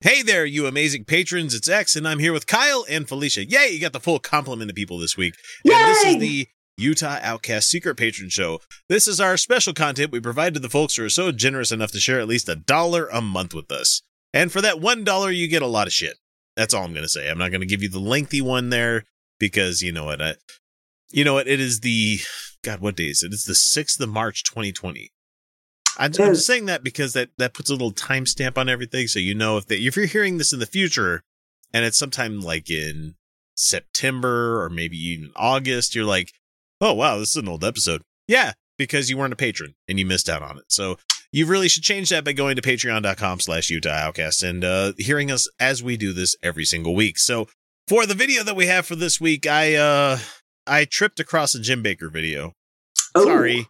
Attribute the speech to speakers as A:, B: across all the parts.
A: Hey there, you amazing patrons. It's X, and I'm here with Kyle and Felicia. Yay, you got the full complement of people this week. And this is
B: Yay!
A: the Utah Outcast Secret Patron Show. This is our special content we provide to the folks who are so generous enough to share at least a dollar a month with us. And for that one dollar, you get a lot of shit. That's all I'm going to say. I'm not going to give you the lengthy one there because you know what? I, you know what? It is the God. What day is it? It's the sixth of March, 2020. I'm, I'm
B: Yes.
A: saying that because that that puts a little timestamp on everything, so you know if they, if you're hearing this in the future, and it's sometime like in September or maybe even August, you're like, oh wow, this is an old episode. Yeah, because you weren't a patron and you missed out on it. So you really should change that by going to patreon.com slash Utah Outcast and uh, hearing us as we do this every single week. So for the video that we have for this week, I uh I tripped across a Jim Baker video.
B: Oh.
A: Sorry.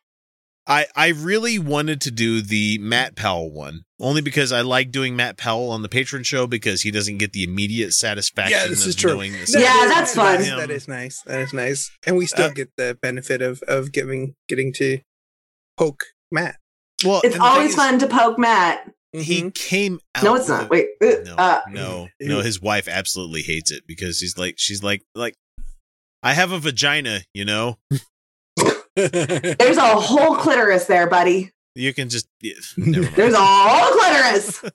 A: I I really wanted to do the Matt Powell one, only because I like doing Matt Powell on the patron show because he doesn't get the immediate satisfaction
C: Yeah, this
A: of
C: is true.
A: knowing this.
B: No, Yeah, that's
C: that is-
A: fun.
C: That is nice. That is nice. And we still
A: Uh,
C: get the benefit of of giving getting to poke Matt.
A: Well,
B: It's
A: and the thing
B: always
A: is,
B: fun to poke Matt.
C: Mm-hmm.
A: He came out.
B: No, it's
A: with
B: not.
A: a-
B: Wait.
A: no,
B: uh,
A: no, no. His wife absolutely hates it because he's like, she's like, like, I have a vagina, you know.
B: there's a whole clitoris there, buddy.
A: You can just. yeah, never mind.
B: There's a whole clitoris.
A: It-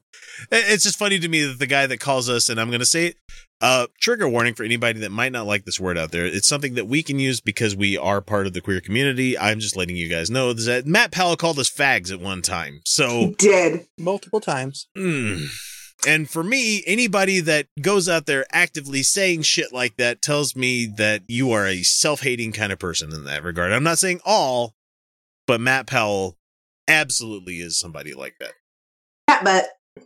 A: It's just funny to me that the guy that calls us, and I'm going to say it, uh, trigger warning for anybody that might not like this word out there. It's something that we can use because we are part of the queer community. I'm just letting you guys know that Matt Powell called us fags at one time. So.
B: He did.
C: multiple times.
A: Mm. And for me, anybody that goes out there actively saying shit like that tells me that you are a self hating kind of person in that regard. I'm not saying all, but Matt Powell absolutely is somebody like that.
B: Cat butt.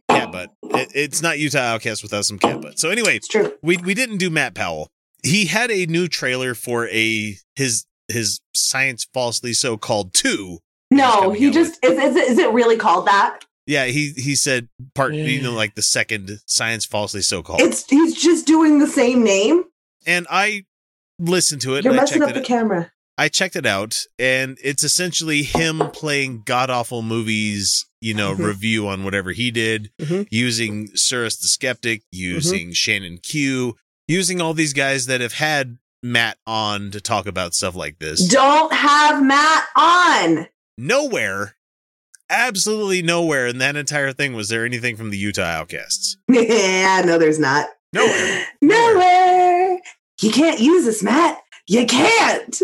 A: Cat butt. It, it's not Utah Outcast without some cat butt. So anyway,
B: It's true.
A: we we didn't do Matt Powell. He had a new trailer for a his his science falsely so called two.
B: No,
A: coming
B: he
A: out
B: just is, is. it- Is it really called that?
A: Yeah, he he said part you know like the second science falsely so called.
B: It's. He's just doing the same name.
A: and I listened to it.
B: You're
A: and I
B: messing
A: checked
B: up
A: it.
B: the camera.
A: I checked it out, and it's essentially him playing god awful movies. You know,
C: Mhm.
A: review on whatever he did
C: Mhm.
A: using Cyrus the Skeptic, using Shannon Q, using all these guys that have had Matt on to talk about stuff like this.
B: Don't have Matt on.
A: nowhere, absolutely nowhere in that entire thing was there anything from the Utah Outcasts.
B: yeah, no, there's not.
A: Nowhere.
B: Nowhere. You can't use us, Matt. You can't.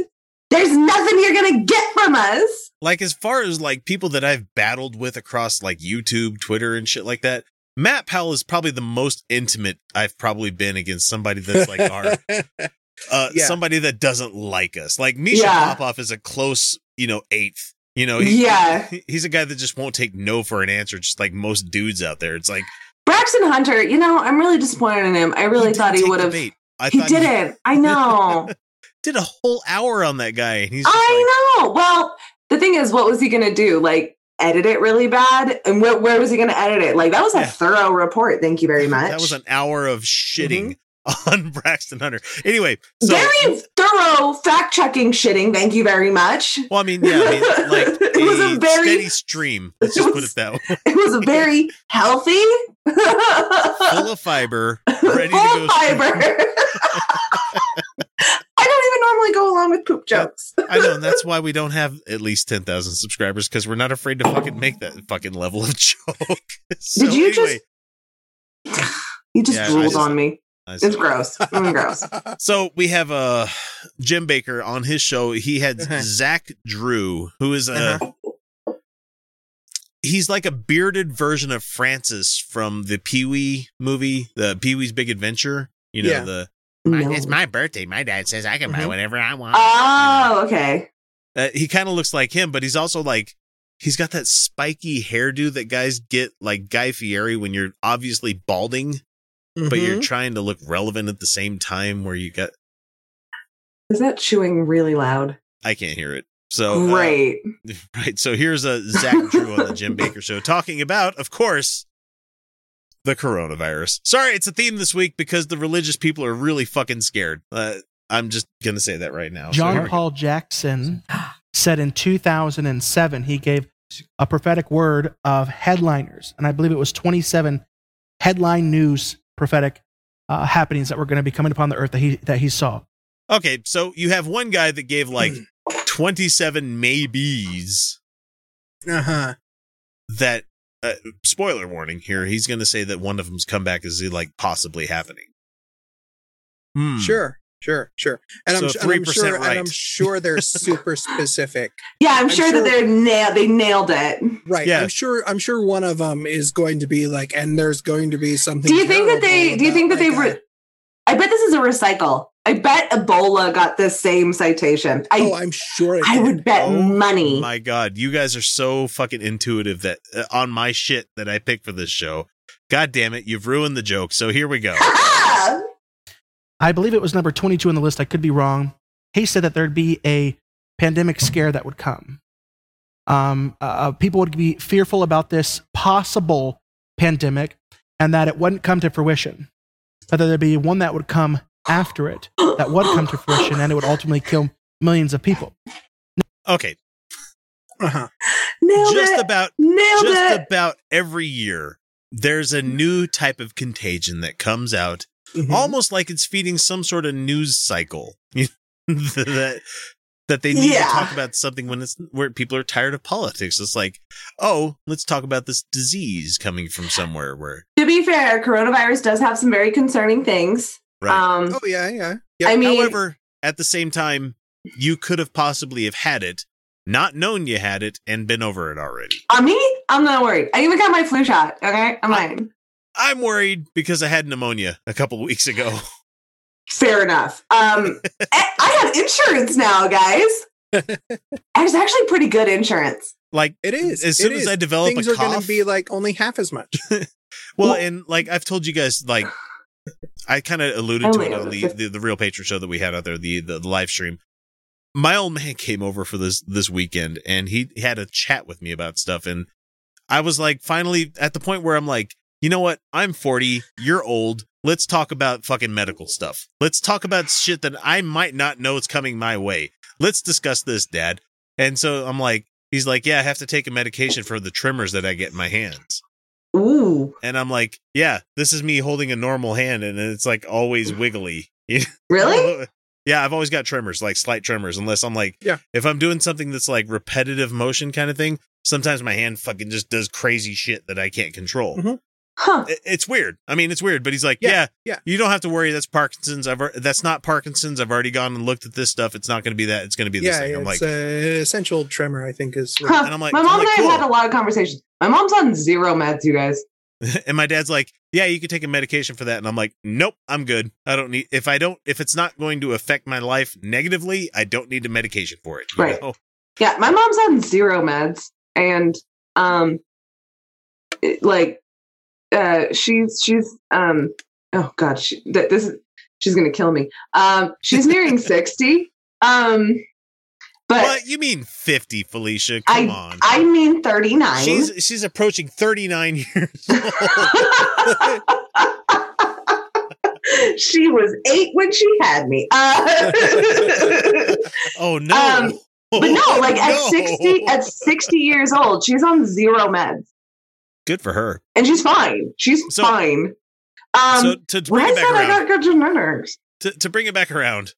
B: There's nothing you're gonna get from us.
A: like as far as like people that I've battled with across like YouTube, Twitter, and shit like that, Matt Powell is probably the most intimate I've probably been against somebody that's like our uh
C: Yeah.
A: somebody that doesn't like us. Like Misha
B: Yeah.
A: Popoff is a close, you know, eighth. You know,
B: Yeah.
A: he's a guy that just won't take no for an answer, just like most dudes out there. It's like
B: Braxton Hunter, you know, I'm really disappointed in him. I really
A: didn't
B: thought he
A: take
B: would
A: the
B: have.
A: bait. I
B: He
A: thought he
B: didn't. I know.
A: did a whole hour on that guy, and he's just like,
B: I know. Well, the thing is, what was he going to do? Like, edit it really bad? And wh- where was he going to edit it? Like, that was a
A: Yeah.
B: thorough report. Thank you very much. Mm-hmm.
A: that was an hour of shitting on Braxton Hunter. Anyway, so
B: very thorough fact checking shitting. Thank you very much.
A: Well, I mean, yeah, I mean, like
B: It was
A: a
B: a very-
A: steady stream. Let's just put it that way.
B: It was very healthy,
A: Full of fiber,
B: full
A: ready to go.
B: fiber. I don't even normally go along with poop
A: Yeah.
B: jokes.
A: I know, and that's why we don't have at least ten thousand subscribers because we're not afraid to fucking make that fucking level of joke. So
B: Did you just-
A: anyway,
B: You just
A: Yeah, I
B: drooled
A: just-
B: on me.
A: I
B: It's gross. Mm, gross.
A: So we have uh, Jim Baker on his show. He had
C: Uh-huh.
A: Zach Drew, who is a
B: Uh-huh.
A: he's like a bearded version of Francis from the Pee Wee movie, the Pee Wee's Big Adventure. You know
C: Yeah.
A: the
B: No. Mm-hmm.
A: my birthday. My dad says I can
C: Mhm.
A: whatever I want.
B: Oh, okay.
A: Uh, he kind of looks like him, but he's also like he's got that spiky hairdo that guys get like Guy Fieri when you're obviously balding. but
B: Mm-hmm.
A: you're
C: Mhm.
A: trying to look relevant at the same time where you got
B: Is that chewing really loud?
A: I can't hear it. So uh,
B: Great.
A: right. So here's a Zach Drew on the Jim Baker show talking about, of course, the coronavirus. Sorry, it's a theme this week because the religious people are really fucking scared. Uh, I'm just gonna say that right now. So here
D: John
A: we go.
D: Paul Jackson said in 2007 he gave a prophetic word of headliners, and I believe it was 27 headline news prophetic uh, happenings that were going to be coming upon the earth that he that he saw.
A: Okay, so you have one guy that gave like 27 maybes
C: Uh huh.
A: that uh, spoiler warning here, he's going to say that one of them's comeback is like possibly happening. Hmm.
C: Sure. Sure. Sure. And
A: So
C: I'm, su- and I'm
A: 3%
C: sure. And I'm
A: right.
C: sure they're super specific.
B: Yeah, I'm,
C: I'm
B: sure,
C: sure-
B: that they're nailed. They nailed it.
C: Right.
A: Yeah.
C: I'm sure. I'm sure one of them is going to be like, and there's going to be something.
B: Do you think that
C: terrible
B: they? Do you
C: about,
B: think that they?
C: like,
B: Re- I bet this is a recycle. I bet Ebola got this same citation.
C: a- oh,
B: I
C: I'm sure. it
B: I
C: did.
B: would bet
A: Oh
B: money.
A: My God, you guys are so fucking intuitive that uh, on my shit that I pick for this show. God damn it, you've ruined the joke. So here we go.
B: Ah!
D: I believe it was number 22 on the list. I could be wrong. He said that there'd be a pandemic scare that would come. Um, uh, people would be fearful about this possible pandemic and that it wouldn't come to fruition, but that there'd be one that would come after it that would come to fruition and it would ultimately kill millions of people.
A: Okay,
C: Uh-huh.
B: Nailed
A: just
B: it.
A: about
B: Nailed
A: just
B: it. Mm-hmm.
A: about every year there's a new type of contagion that comes out
C: Mhm.
A: almost like it's feeding some sort of news cycle that that they need
B: Yeah.
A: to talk about something when it's where people are tired of politics. It's like, oh, let's talk about this disease coming from somewhere where
B: to be fair, coronavirus does have some very concerning things.
A: right.
B: Um,
C: Oh yeah. Yeah. Yeah.
B: I mean,
A: However, at the same time, you could have possibly have had it, not known you had it, and been over it already.
B: on me, I'm not worried. I even got my flu shot. Okay, I'm fine.
A: I'm worried because I had pneumonia a couple weeks ago.
B: Fair enough. Um, I- I have insurance now, guys. And It's actually pretty good insurance.
A: Like
C: it is.
A: as soon
C: it
A: as
C: is.
A: I develop
C: things
A: a
C: are
A: cough,
C: going to be like only half as much.
A: Well,
B: Well-
A: and like I've told you guys, like I kind of alluded to
B: Only
A: it on
B: over
A: the,
B: fifty.
A: the the real patron show that we had out there, the, the live stream. My old man came over for this this weekend, and he had a chat with me about stuff, and I was like, finally at the point where I'm like, you know what? I'm 40. You're old. Let's talk about fucking medical stuff. Let's talk about shit that I might not know is coming my way. Let's discuss this, Dad. And so I'm like, he's like, yeah, I have to take a medication for the tremors that I get in my hands.
B: Ooh,
A: And I'm like, yeah, this is me holding a normal hand, and it's like
C: Mm.
A: always wiggly.
B: really?
A: yeah, I've always got tremors, like slight tremors, unless I'm like,
C: Yeah.
A: if I'm doing something that's like repetitive motion kind of thing, sometimes my hand fucking just does crazy shit that I can't control.
C: Mhm.
B: Huh?
A: I- It's weird. I mean, it's weird, but he's like, yeah,
C: Yeah, yeah.
A: you don't have to worry. That's Parkinson's. I've al- that's not Parkinson's. I've already gone and looked at this stuff. It's not going to be that. It's going to be this
C: yeah.
A: thing. I'm like,
C: It's a essential tremor. I think is. what-
B: Huh.
A: and I'm like,
B: My
A: I'm
B: mom
A: like,
B: and I
A: cool.
B: have had a lot of conversations. My mom's on zero meds, you guys.
A: and my dad's like, "Yeah, you can take a medication for that." And I'm like, "Nope, I'm good. I don't need if I don't if it's not going to affect my life negatively, I don't need a medication for it." you
B: Right.
A: know?
B: Yeah, my mom's on zero meds, and um, it- like, uh, she's she's um, oh god, she th- this is she's gonna kill me. Um, she's nearing sixty. Um, but
A: What you mean 50, Felicia?
B: I
A: Come on.
B: I mean thirty nine.
A: she's she's approaching 39 years old.
B: she was eight when she had me. Uh,
A: Oh no.
B: Um, but no, like at
A: Oh, No.
B: 60 at 60 years old, she's on zero meds
A: Good for her.
B: and she's fine. She's
A: So-
B: fine. Um
A: so to, to bring
B: why
A: it
B: is
A: back
B: that I
A: around.
B: got good genetics?
A: to, to bring it back around,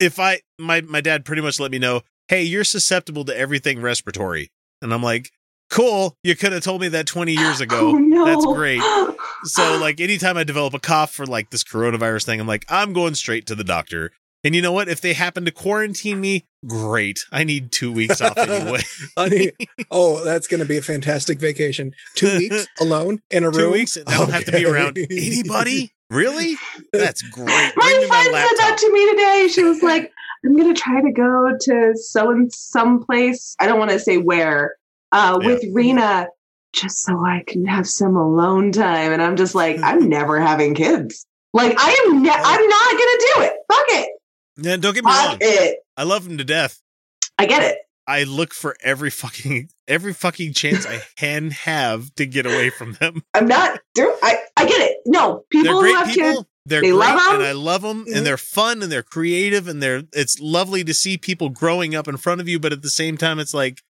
A: if I my my dad pretty much let me know, hey, you're susceptible to everything respiratory, and I'm like, cool, you could have told me that 20 years ago.
B: Oh, no.
A: That's great. So like anytime I develop a cough for like this coronavirus thing, I'm like, I'm going straight to the doctor. And you know what? If they happen to quarantine me, great. I need two weeks off anyway.
C: Honey, oh, that's going to be a fantastic vacation. Two weeks alone in a
A: two
C: room.
A: weeks, and I don't have to be
C: Okay.
A: around anybody. Really? That's great.
B: my
A: Bring me
B: friend
A: my
B: said that
A: laptop.
B: to me today. She was like, I'm gonna try to go to so and some place. I don't want to say where, uh, with Rena just so I can have some alone time. And I'm just like, I'm never having kids. Like I am, ne- I'm not gonna do it. Fuck it,
A: Yeah, don't get me wrong.
B: fuck it.
A: I love him to death.
B: I get it.
A: I look for every fucking every fucking chance I can have to get away from them.
B: I'm not. do- I I get it. No, people
A: they're
B: who
A: great
B: have
A: people.
B: kids.
A: They're
B: They
A: great,
B: love Mm-hmm. 'em.
A: and I love them,
C: Mhm.
A: and they're fun, and they're creative, and they're. It's lovely to see people growing up in front of you, but at the same time, it's like,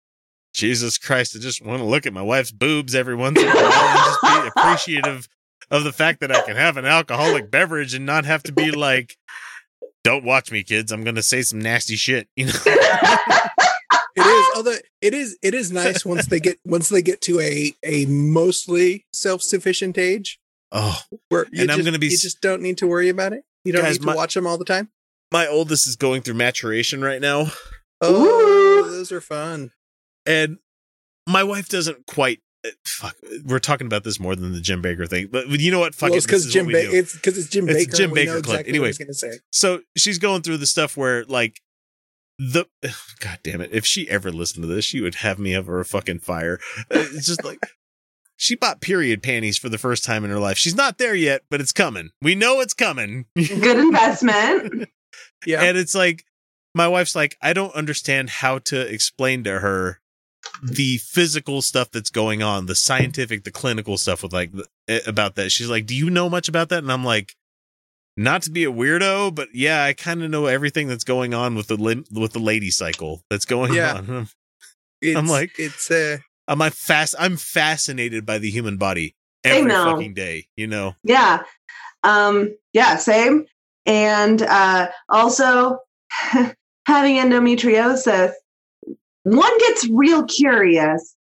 A: Jesus Christ, I just want to look at my wife's boobs every once in a while and just be appreciative of the fact that I can have an alcoholic beverage and not have to be like, "Don't watch me, kids. I'm going to say some nasty shit." You know.
C: It
A: Ah!
C: is although it is it is nice once they get once they get to a a mostly self sufficient age
A: Oh,
C: where you
A: And I'm
C: just-
A: gonna be
C: you
A: s-
C: just don't need to worry about it. You don't
A: Guys,
C: need to
A: my-
C: watch them all the time.
A: my oldest is going through maturation right now.
C: Oh,
B: Ooh.
C: those are fun.
A: and my wife doesn't quite uh, fuck we're talking about this more than the jim baker thing but you know what fuck it, this
C: because
A: is
C: Jim
A: what we
C: Baker.
A: do.
C: It's because it's Jim
A: It's
C: Baker.
A: Jim
C: we know
A: Baker clip.
C: exactly
A: Anyway.
C: what he's gonna say.
A: so she's going through the stuff where like the god damn it if she ever listened to this she would have me over a fucking fire Uh, it's just like she bought period panties for the first time in her life she's not there yet but it's coming we know it's coming
B: Good investment.
C: Yeah,
A: And it's like, my wife's like, I don't understand how to explain to her
C: Mm-hmm.
A: the physical stuff that's going on, the scientific, the clinical stuff with like th- eh, about that. She's like, Do you know much about that? And I'm like, Not to be a weirdo, but yeah, I kind of know everything that's going on with the lim- with the lady cycle that's going
C: Yeah.
A: on.
C: it's,
A: like-
C: it's uh,
A: I'm like, fast. I'm fascinated by the human body every
B: know.
A: fucking day. You know,
B: yeah. Um. Yeah. Same. And uh, also having endometriosis, one gets real curious.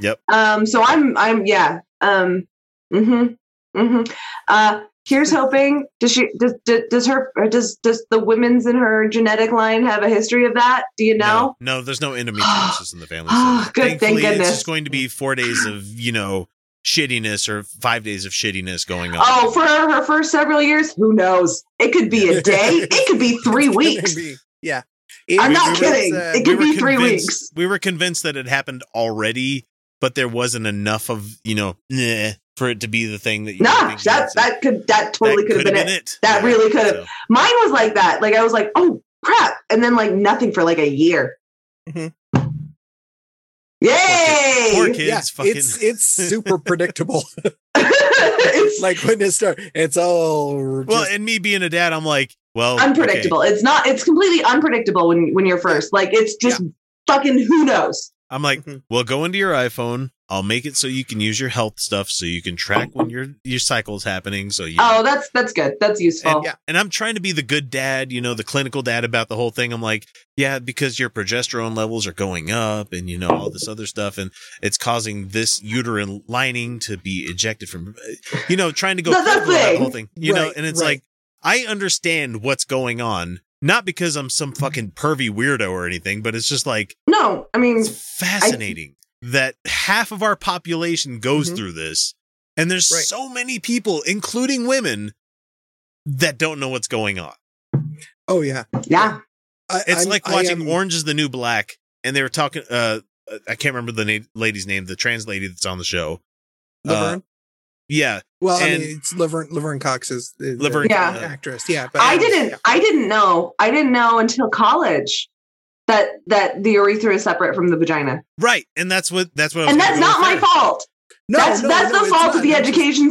A: Yep.
B: Um. So I'm. I'm. Yeah. Um. Hmm. Hmm. Uh. Here's hoping. Does she? Does does, does her? Or does does the women's in her genetic line have a history of that? Do you know?
A: no, there's no endometriosis in the family.
B: Oh, good, thank
A: Thankfully, it's
B: goodness.
A: just going to be four days of you know shittiness or five days of shittiness going on.
B: Oh, for her, her first several years, who knows? It could be a day. It could be three
C: it's gonna
B: weeks.
C: be- yeah,
B: I'm
C: It
B: not
C: was,
B: kidding.
C: uh,
B: It could
A: were
B: be three
A: convinced-
B: weeks.
A: We were convinced that it happened already, but there wasn't enough of you know "Nah," for it to be the thing that. you
B: Nah,
A: think it
B: that
A: is.
B: that could that totally could have been, it. That
A: Yeah.
B: really could've.
A: So,
B: Mine was like that. Like I was like, oh crap, and then like nothing for like a year.
C: Mhm.
B: Yay!
A: Mm-hmm. Poor kids,
C: yeah,
A: fucking.
C: it's it's super predictable.
B: it's
C: like when it starts, it's all just,
A: well, and me being a dad, I'm like, well, oh, okay.
B: unpredictable. It's not. It's completely unpredictable when when you're first. Like it's just fucking who knows.
A: I'm like,
C: Mhm.
A: well, go into your iPhone. I'll make it so you can use your health stuff, so you can track when your your cycle's happening. So you
B: Oh, that's that's good. That's useful.
C: yeah.
A: and I'm trying to be the good dad, you know, the clinical dad about the whole thing. I'm like, yeah, because your progesterone levels are going up and, you know, all this other stuff. And it's causing this uterine lining to be ejected from, you know, trying to go
B: That's the
A: clinical about the
B: thing.
A: whole thing, you know,
C: Right,
A: and it's
C: right.
A: like, I understand what's going on, not because I'm some fucking pervy weirdo or anything, but it's just like,
B: No, I mean,
A: it's fascinating that half of our population goes
C: Mhm.
A: through this and there's
C: Right.
A: so many people including women that don't know what's going on
C: oh yeah,
B: yeah.
C: I,
A: it's
C: I'm-
A: like
C: I
A: watching
C: am-
A: orange is the new black and they were talking uh i can't remember the na- lady's name the trans lady that's on the show
C: Laverne.
A: yeah
C: well, I
A: uh, and-
C: mean, it's Laverne. Laverne Cox is the, the
A: Laverne
B: Yeah.
A: Cox.
C: actress. Yeah, but
B: I didn't I didn't know I didn't know until college that that the urethra is separate from the vagina.
A: right and that's what that's what I was
B: And
A: gonna
B: that's
A: go
B: not
A: with
B: my
A: there.
B: fault.
C: No,
B: that's
C: no,
B: that's
C: no,
B: the
C: it's
B: fault
C: not.
B: of the
C: That's-
B: education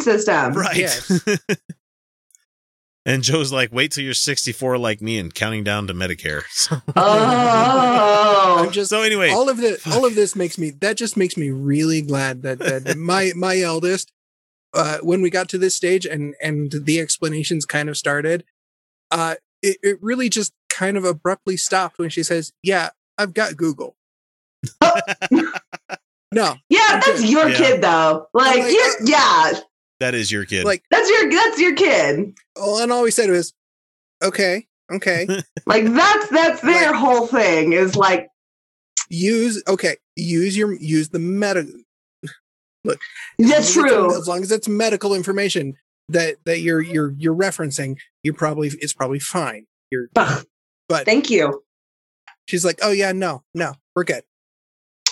B: system.
A: right
C: Yes.
A: and joe's like wait till you're 64 like me and counting down to medicare so,
C: I'm
B: Oh.
C: just
A: so anyway
C: all of the
A: fuck.
C: all of this makes me that just makes me really glad that that my my eldest uh when we got to this stage and and the explanations kind of started uh it, it really just kind of abruptly stopped when she says yeah i've got google no
B: yeah, that's your
A: Yeah.
B: kid though. Like,
C: like,
B: you're,
C: uh,
B: yeah,
A: that is your kid
C: like
B: that's your that's your kid.
C: all and all we said was okay okay
B: Like that's that's their
C: Like-
B: whole thing is like
C: use okay use your use the meta
B: that's
C: as long as it's-
B: true.
C: As long as it's medical information that that you're you're you're referencing, you're probably it's probably fine. You're
B: Ugh.
C: but
B: Thank you.
C: she's like, oh yeah, no, no, we're good.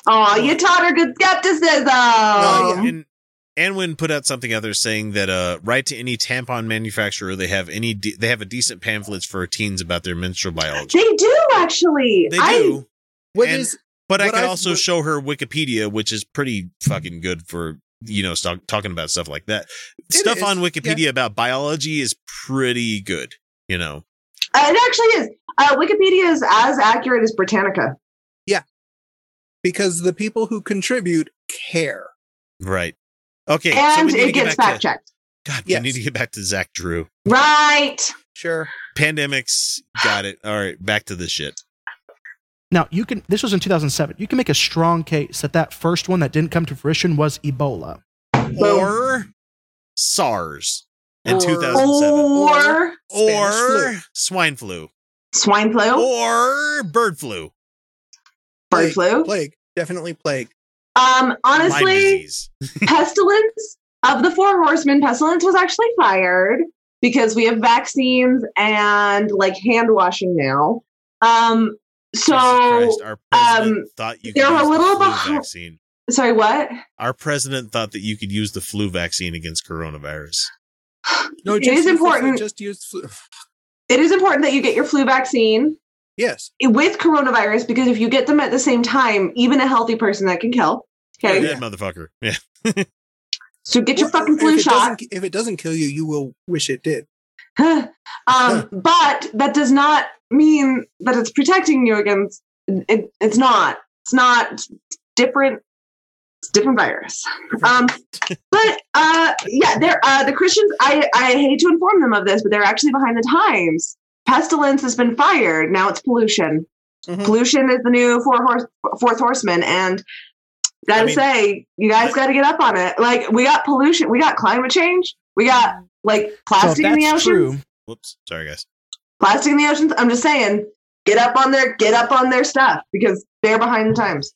B: Oh, you taught her good skepticism.
C: Oh,
A: And Anwin put out something other saying that uh, write to any tampon manufacturer they have any de- they have a decent pamphlets for teens about their menstrual biology.
B: They do actually.
A: They
B: I-
A: do,
C: What
A: And-
C: is
A: but I
C: what
A: could
C: I've-
A: also show her Wikipedia, which is pretty fucking good for you know st- talking about stuff like that.
C: It
A: stuff
C: is,
A: on Wikipedia about biology is pretty good. You know,
B: It actually is. Uh, Wikipedia is as accurate as Britannica.
C: because the people who contribute care.
A: right? Okay, so
B: and
A: we need to
B: it
A: get
B: gets
A: back to-
B: fact checked.
A: God,
C: Yes.
A: we need to get back to Zach Drew.
B: Right.
C: Sure.
A: Pandemics, got it. All right, back to the shit.
D: Now, you can, this was in 2007. You can make a strong case that that first one that didn't come to fruition was Ebola.
A: or SARS in
C: Or-
B: Oh,
A: 2007,
B: Or
C: Spanish
A: or
C: flu.
A: swine flu,
B: swine flu,
A: or bird flu,
B: bird
C: plague,
B: flu.
C: plague, definitely plague.
B: Um,
A: Lyme
B: honestly,
A: disease.
B: pestilence of the four horsemen, pestilence was actually fired because we have vaccines and like hand washing now. Um, so
A: Jesus Christ, our president
B: um,
A: thought you could
B: they're a
A: use
B: little
A: the flu
B: behi-
A: vaccine.
B: sorry, what?
A: Our president thought that you could use the flu vaccine against coronavirus.
C: No,
B: It
C: just
B: is
C: use the flu-
B: important.
C: Just use flu.
B: It is important that you get your flu vaccine
C: Yes.
B: with coronavirus because if you get them at the same time, even a healthy person that can kill.
A: You're
B: Okay,
A: dead motherfucker. Yeah.
B: so get your
C: Well,
B: fucking
C: if
B: flu
C: it
B: shot.
C: doesn't- If it doesn't kill you, you will wish it did.
B: um, but that does not mean that it's protecting you against. It, it's not. It's not it's different. It's different virus. Um, but uh, yeah, they're uh, the Christians. I I hate to inform them of this, but they're actually behind the times. Pestilence has been fired. Now it's pollution.
D: Mm-hmm.
C: Mhm.
B: Pollution is the new four horse, fourth horseman, and gotta
A: I mean-
B: say, you guys got to get up on it. Like we got pollution, we got climate change, we got like
D: So if
B: plastic in the
D: that's
B: ocean
D: true,
A: Whoops. Sorry, guys.
B: plastic in the oceans. I'm just saying, get up on their get up on their stuff because they're behind the times.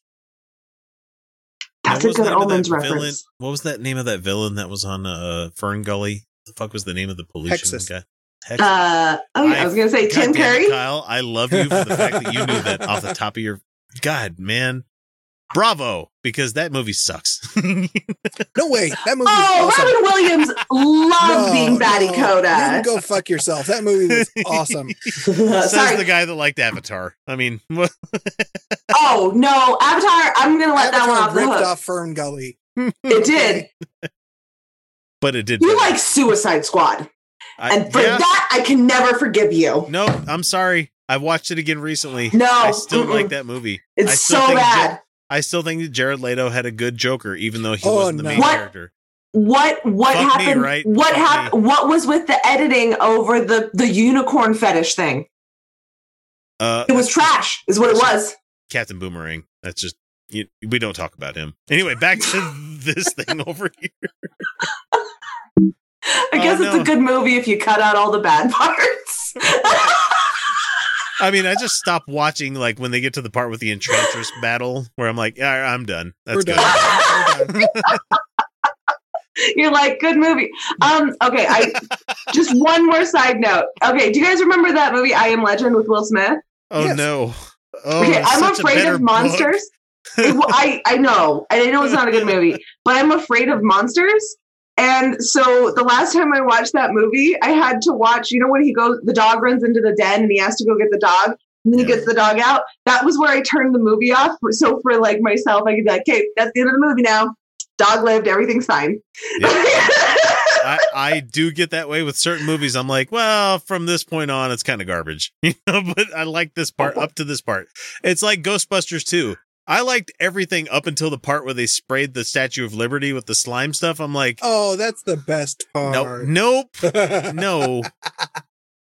B: That's
A: What
B: a
A: was the
B: good
A: name of that
B: omens
A: villain-
B: reference.
A: What was that name of that villain that was on uh, Fern Gully? The fuck was the name of the pollution
C: Hexus.
A: guy? Hexus.
B: Uh, oh, yeah, I, was gonna say
A: God
B: Tim
A: damn it,
B: Curry.
A: Kyle, I love you for the fact that you knew that off the top of your God, man. Bravo, because that movie sucks.
B: Uh,
C: No way. That movie.
B: Oh,
C: was awesome.
B: Robin Williams loved
C: No,
B: being Batty
C: no, You can
B: Coda.
C: go fuck yourself. That movie was awesome.
A: Says
B: Uh, Sorry.
A: the guy that liked Avatar. I mean, what-
B: oh no, Avatar. I'm gonna let
C: Avatar
B: that one off
C: ripped
B: the hook.
C: off Fern Gully.
B: It did.
A: but it did.
B: You like Suicide Squad,
A: I-
B: and for
A: yeah.
B: that, I can never forgive you.
A: no, I'm sorry. I watched it again recently.
B: No,
A: I still
B: mm-mm.
A: like that movie. I
B: It's
A: still
B: so
A: think
B: bad.
A: I still think that Jared Leto had a good Joker, even though he
C: Oh,
A: wasn't the
C: no.
A: main
B: What?
A: character.
B: what what
A: Fuck me,
B: happened
A: right?
B: what
A: Fuck
B: happened what was with the editing over the the unicorn fetish thing
A: Uh,
B: it was trash is what it was
A: Captain Boomerang. That's just you, we don't talk about him. Anyway, back to this thing over here.
B: i guess
A: Oh,
B: it's
A: no.
B: a good movie if you cut out all the bad parts
A: I mean, I just stop watching like when they get to the part with the enchantress battle, where I'm like, "Yeah, I'm done. That's
C: We're
A: good.
C: done. We're done.
B: you're like good movie um okay i just one more side note okay do you guys remember that movie i am legend with will smith
A: Oh
C: Yes.
A: no. Oh,
B: okay
A: it's
B: i'm
A: such a
B: afraid
A: better
B: of monsters It wa- I, I know and i know it's not a good movie but i'm afraid of monsters and so the last time i watched that movie i had to watch you know when he goes the dog runs into the den and he has to go get the dog and then he
A: Yeah.
B: gets the dog out that was where i turned the movie off so for like myself i could be like okay that's the end of the movie now dog lived everything's fine
A: book. I, I do get that way with certain movies. I'm like, well, from this point on, it's kind of garbage, you know. But I like this part up to this part. It's like Ghostbusters too. I liked everything up until the part where they sprayed the Statue of Liberty with the slime stuff. I'm like,
C: Oh, that's the best
B: Oh,
A: nope, nope,
C: part.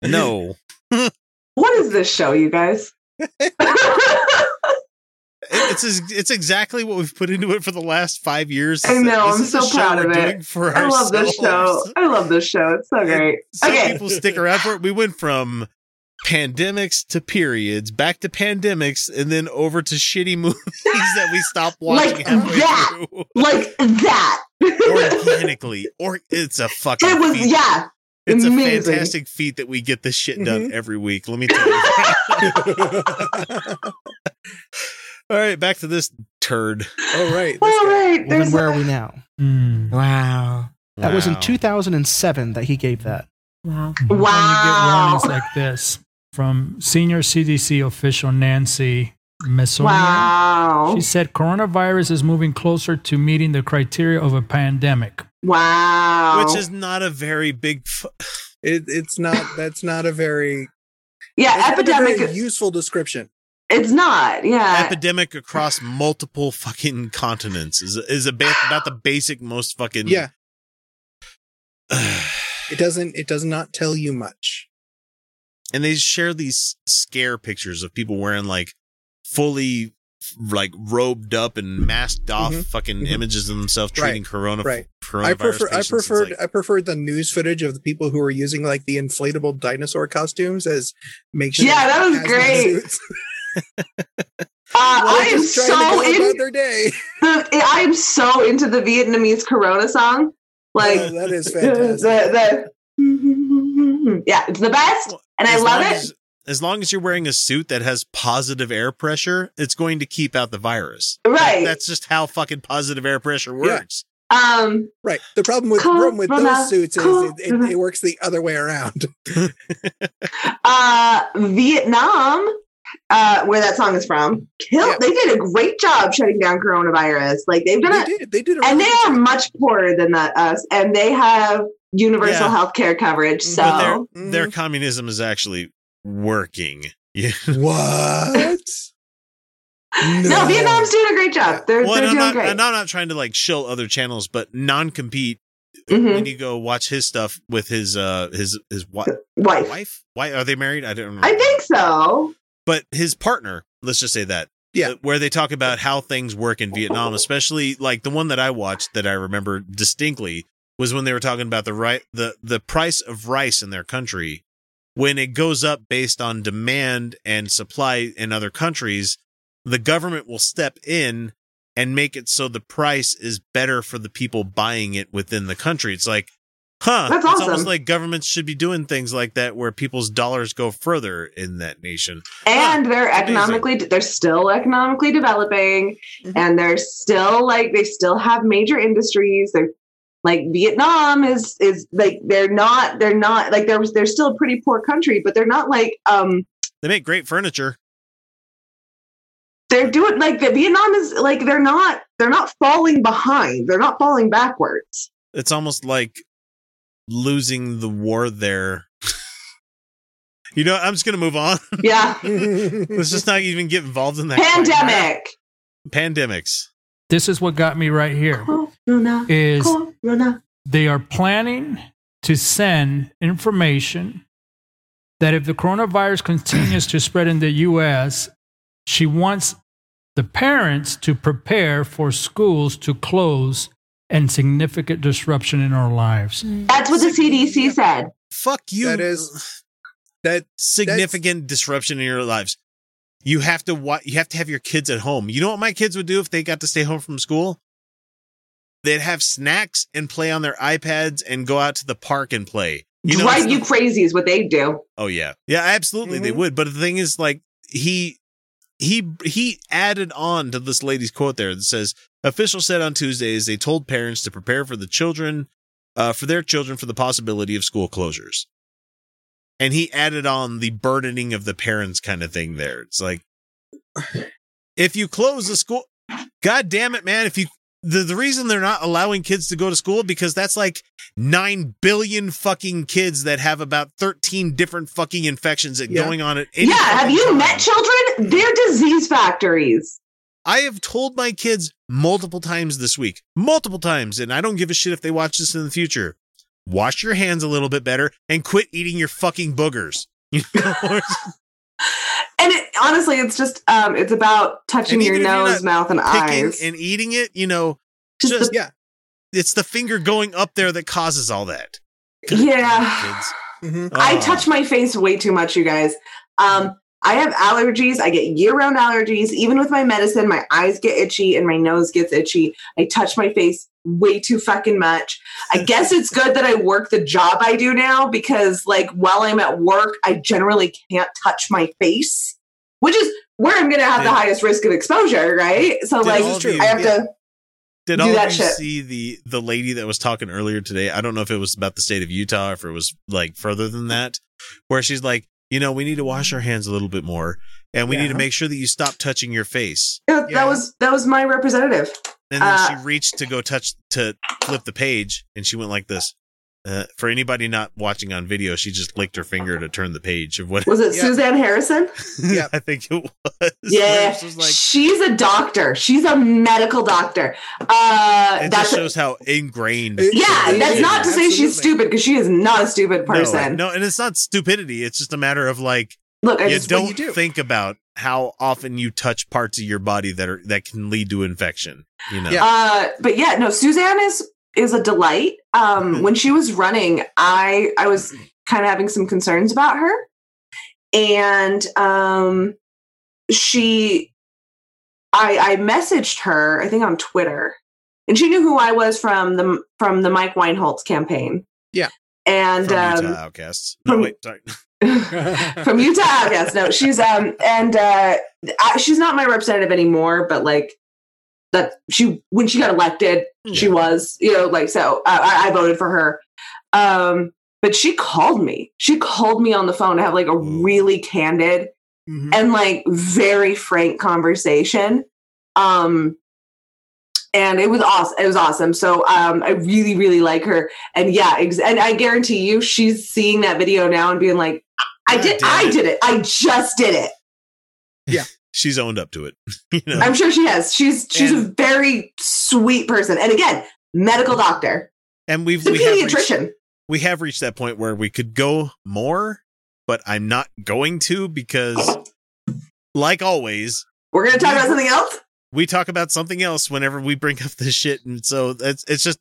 A: no, no.
B: what is this show you guys
A: It- it's ex- it's exactly what we've put into it for the last five years.
B: I know, I'm so
A: a show
B: proud
A: we're
B: of it.
A: doing For
B: i love this show
A: ourselves.
B: i love this show it's so great
A: Some
B: Okay.
A: people stick around for it. We went from pandemics to periods, back to pandemics, and then over to shitty movies that we stopped watching
B: Like
A: halfway
B: that.
A: through.
B: like that
A: Organically, or it's a fucking.
B: it was
A: feat.
B: yeah
A: It's a
B: amazing. Mm-hmm.
A: fantastic feat that we get this shit done every week. Let me tell you. All right, back to this turd.
C: Oh right. this
B: All
C: guy.
B: right.
D: Well, then
B: There's
D: where
B: a-
D: are we now?
E: Mm.
F: Wow.
D: That was in
A: Wow.
D: 2007 that he gave that.
F: Wow.
E: When you get
B: Wow.
E: warnings like this from senior CDC official Nancy Messonnier.
B: wow.
E: She said coronavirus is moving closer to meeting the criteria of a pandemic.
B: Wow.
A: Which is not a very big. F-
C: It, it's not. That's not a very.
B: yeah,
C: that's not a
B: epidemic.
C: very useful description.
B: it's not. Yeah. Uh,
A: epidemic across multiple fucking continents is is a ba- not the basic most fucking
C: Yeah. It doesn't. It does not tell you much.
A: and they share these scare pictures of people wearing like fully like robed up and masked off
C: Mhm.
A: fucking
C: Mhm.
A: images of themselves treating corona
C: Right.
A: coronavirus
C: I prefer. I
A: patients. It's
C: preferred.
A: like,
C: I preferred the news footage of the people who were using like the inflatable dinosaur costumes as makeshift.
B: Yeah, that was
C: hazmat
B: great.
C: suits.
B: Uh,
C: While
B: I am
C: just trying
B: so
C: to go about
B: in
C: their day.
B: the, I am so into the Vietnamese Corona song. Like
C: Oh, that is fantastic.
B: the, the yeah, it's the best,
A: Well,
B: and I
A: as
B: love
A: long
B: it.
A: as- as long as you're wearing a suit that has positive air pressure, it's going to keep out the virus.
B: Right.
A: That's just how fucking positive air pressure works.
B: Um,
C: Right. The problem with the
B: Corona,
C: problem with those suits is it, it,
B: corona.
C: it works the other way around.
B: uh, Vietnam, uh, where that song is from, killed.
C: Yeah.
B: They did a great job shutting down coronavirus. Like they've done
C: They
B: it,
C: did. They did. A
B: and
C: really
B: they are much poorer than that us, and they have universal
A: Yeah.
B: health care coverage. So
A: But their
B: Oh,
C: Mhm.
B: mm.
A: their communism is actually working. Yeah.
C: What? No.
B: no, Vietnam's doing a great job. They're,
A: Well, and
B: they're
A: I'm
B: doing
A: not,
B: great.
A: and I'm not trying to like shill other channels, but non compete
B: Mhm.
A: when you go watch his stuff with his uh his his wi-
B: Wife,
A: wife. Why are they married? I don't remember.
B: I think so.
A: but his partner. Let's just say that.
C: Yeah.
A: Uh, Where they talk about how things work in Vietnam, especially like the one that I watched that I remember distinctly was when they were talking about the right the the price of rice in their country when it goes up based on demand and supply in other countries, the government will step in and make it so the price is better for the people buying it within the country. It's like, huh?
B: That's
A: It's almost
B: awesome.
A: like governments should be doing things like that where people's dollars go further in that nation.
B: and they're
A: amazing.
B: economically they're still economically developing
C: Mhm.
B: and they're still like they still have major industries they're like vietnam is is like they're not they're not like they're they're still a pretty poor country but they're not like um
A: They make great furniture.
B: they're doing like the vietnam is like they're not they're not falling behind they're not falling backwards
A: It's almost like losing the war there. you know, I'm just going to move on.
B: yeah
A: Let's just not even get involved in that.
B: pandemic
A: Pandemics.
E: This is what got me right here
B: corona
E: is
B: corona
E: they are planning to send information that if the coronavirus continues to spread in the US, she wants the parents to prepare for schools to close and significant disruption in our lives.
B: that's what the cdc said
A: Fuck you.
C: That is- that
A: significant disruption in your lives. You have to wa- you have to have your kids at home. You know what my kids would do if they got to stay home from school? They'd have snacks and play on their iPads and go out to the park and play. You know,
B: drive
A: it's
B: you
A: not-
B: crazy is what they do
A: Oh yeah. Yeah, absolutely they
C: Mhm.
A: would. But the thing is like he he he added on to this lady's quote there that says officials said on Tuesdays they told parents to prepare for the children uh, for their children for the possibility of school closures. And he added on the burdening of the parents kind of thing there. It's like if you close the school God damn it, man, if you the, the reason they're not allowing kids to go to school because that's like 9 billion fucking kids that have about 13 different fucking infections that
C: Yeah.
A: going on at any
B: yeah have
A: fucking
B: you
A: time.
B: met children they're disease factories
A: I have told my kids multiple times this week, multiple times, and I don't give a shit if they watch this in the future. Wash your hands a little bit better and quit eating your fucking boogers. You know?
B: And it, honestly, it's just um, it's about touching
A: And
B: your
A: even if you're
B: nose,
A: not
B: mouth, and
A: Picking
B: eyes.
A: and eating it, you know,
B: Just
A: just
C: is yeah.
A: it's the finger going up there that causes all that.
B: Yeah.
A: Kids.
C: hmm
B: I
A: Oh.
B: touch my face way too much, you guys. Um, I have allergies. I get year-round allergies. Even with my medicine, my eyes get itchy and my nose gets itchy. I touch my face way too fucking much. I guess it's good that I work the job I do now because, like, while I'm at work, I generally can't touch my face. which is where I'm going to have
A: Yeah.
B: the highest risk of exposure, right? So,
A: Did
B: like,
A: all of you-
B: I have to.
A: Did
B: Do
A: all
B: that
A: of you
B: shit.
A: see the the lady that was talking earlier today? I don't know if it was about the state of Utah, or if it was like further than that, where she's like, you know, we need to wash our hands a little bit more, and we need to
C: Yeah.
A: make sure that you stop touching your face.
B: Yeah,
C: Yeah.
B: That was that was my representative.
A: And then
B: Uh,
A: she reached to go touch to flip the page, and she went like this. Uh, for anybody not watching on video, she just licked her finger to turn the page of what
B: Was it
C: Yeah.
B: Suzanne Harrison?
C: Yeah.
A: I think it was.
B: Yeah,
A: It was like-
B: she's a doctor. She's a medical doctor. Uh,
A: it
B: that's
A: just shows how ingrained.
C: It-
B: yeah.
A: it
B: That's
A: is.
B: not to say she's
C: Absolutely.
B: stupid because she is not a stupid person.
A: No, no, and it's not stupidity. It's just a matter of like
B: Look, I
A: you
B: just
C: what
A: don't
C: you do.
A: think about how often you touch parts of your body that are that can lead to infection. You know,
C: Yeah.
B: Uh, but yeah, no, Suzanne is is a delight. Um, when she was running, I I was kind of having some concerns about her, and um, she, I I messaged her I think on Twitter, and she knew who I was from the from the Mike Weinholz campaign.
C: Yeah.
B: and
A: from
B: um,
A: Utah outcasts. No,
B: from-
A: wait, sorry.
B: from Utah. Yes, no, she's um, and uh, I, she's not my representative anymore. But like that, she when she got elected, she
A: Yeah.
B: was, you know, like so. I, I- I voted for her. Um, but she called me. She called me on the phone to have like a
A: Ooh.
B: really candid
C: Mhm.
B: and like very frank conversation. Um and it was awesome. It was awesome. So um I really really like her and yeah, ex- and I guarantee you she's seeing that video now and being like I
A: God
B: did
A: damn
B: I
A: it.
B: did it. I just did it.
A: She's owned up to it. You know,
B: I'm sure she has. She's she's a very sweet person. And again, medical doctor.
A: and we've
B: She's a
A: we have, reached,
B: pediatrician.
A: we have reached that point where we could go more, but I'm not going to because, like always,
B: We're going to talk about something else.
A: we talk about something else whenever we bring up this shit, and so it's it's just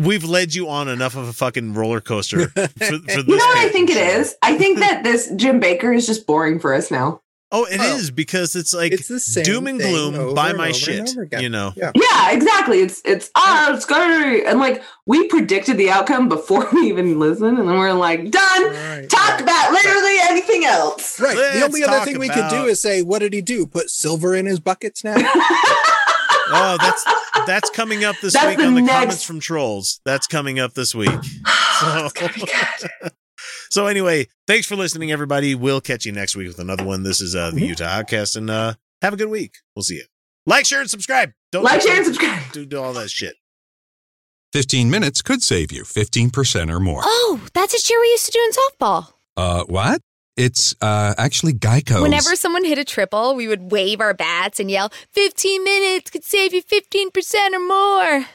A: we've led you on enough of a fucking roller coaster for, for this.
B: You know what I
A: paper,
B: think it
A: so.
B: is? I think that this Jim Baker is just boring for us now.
A: Oh, it is
C: Oh.
A: because it's like
C: It's the same
A: doom and
C: thing
A: gloom.
C: over
A: Buy
C: and
A: my
C: over and
A: shit.
C: over again.
A: You know,
B: Yeah, exactly. It's it's ah, it's scary, and like we predicted the outcome before we even listened, and then we're like, done.
C: Right.
B: Talked about literally anything else.
C: Right.
A: Let's
C: the only other
A: talk
C: thing we could do
A: about-
C: is say, what did he do? Put silver in his buckets now?
A: oh, that's that's coming up this
B: That's
A: week
B: the
A: on the
B: next-
A: comments from trolls. That's coming up this week. So, so anyway, thanks for listening, everybody. We'll catch you next week with another one. This is
B: Mm-hmm.
A: uh, the Utah Outcast, and uh, have a good week. We'll see you. Like, share, and subscribe. Don't
B: like, share, and subscribe.
A: do, do all that shit.
F: 15 minutes could save you 15% or more.
G: Oh, that's a cheer we used to do in softball.
F: Uh, what? It's uh, actually Geico.
G: Whenever someone hit a triple, we would wave our bats and yell, 15 minutes could save you 15% or more.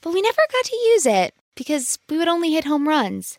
G: But we never got to use it because we would only hit home runs.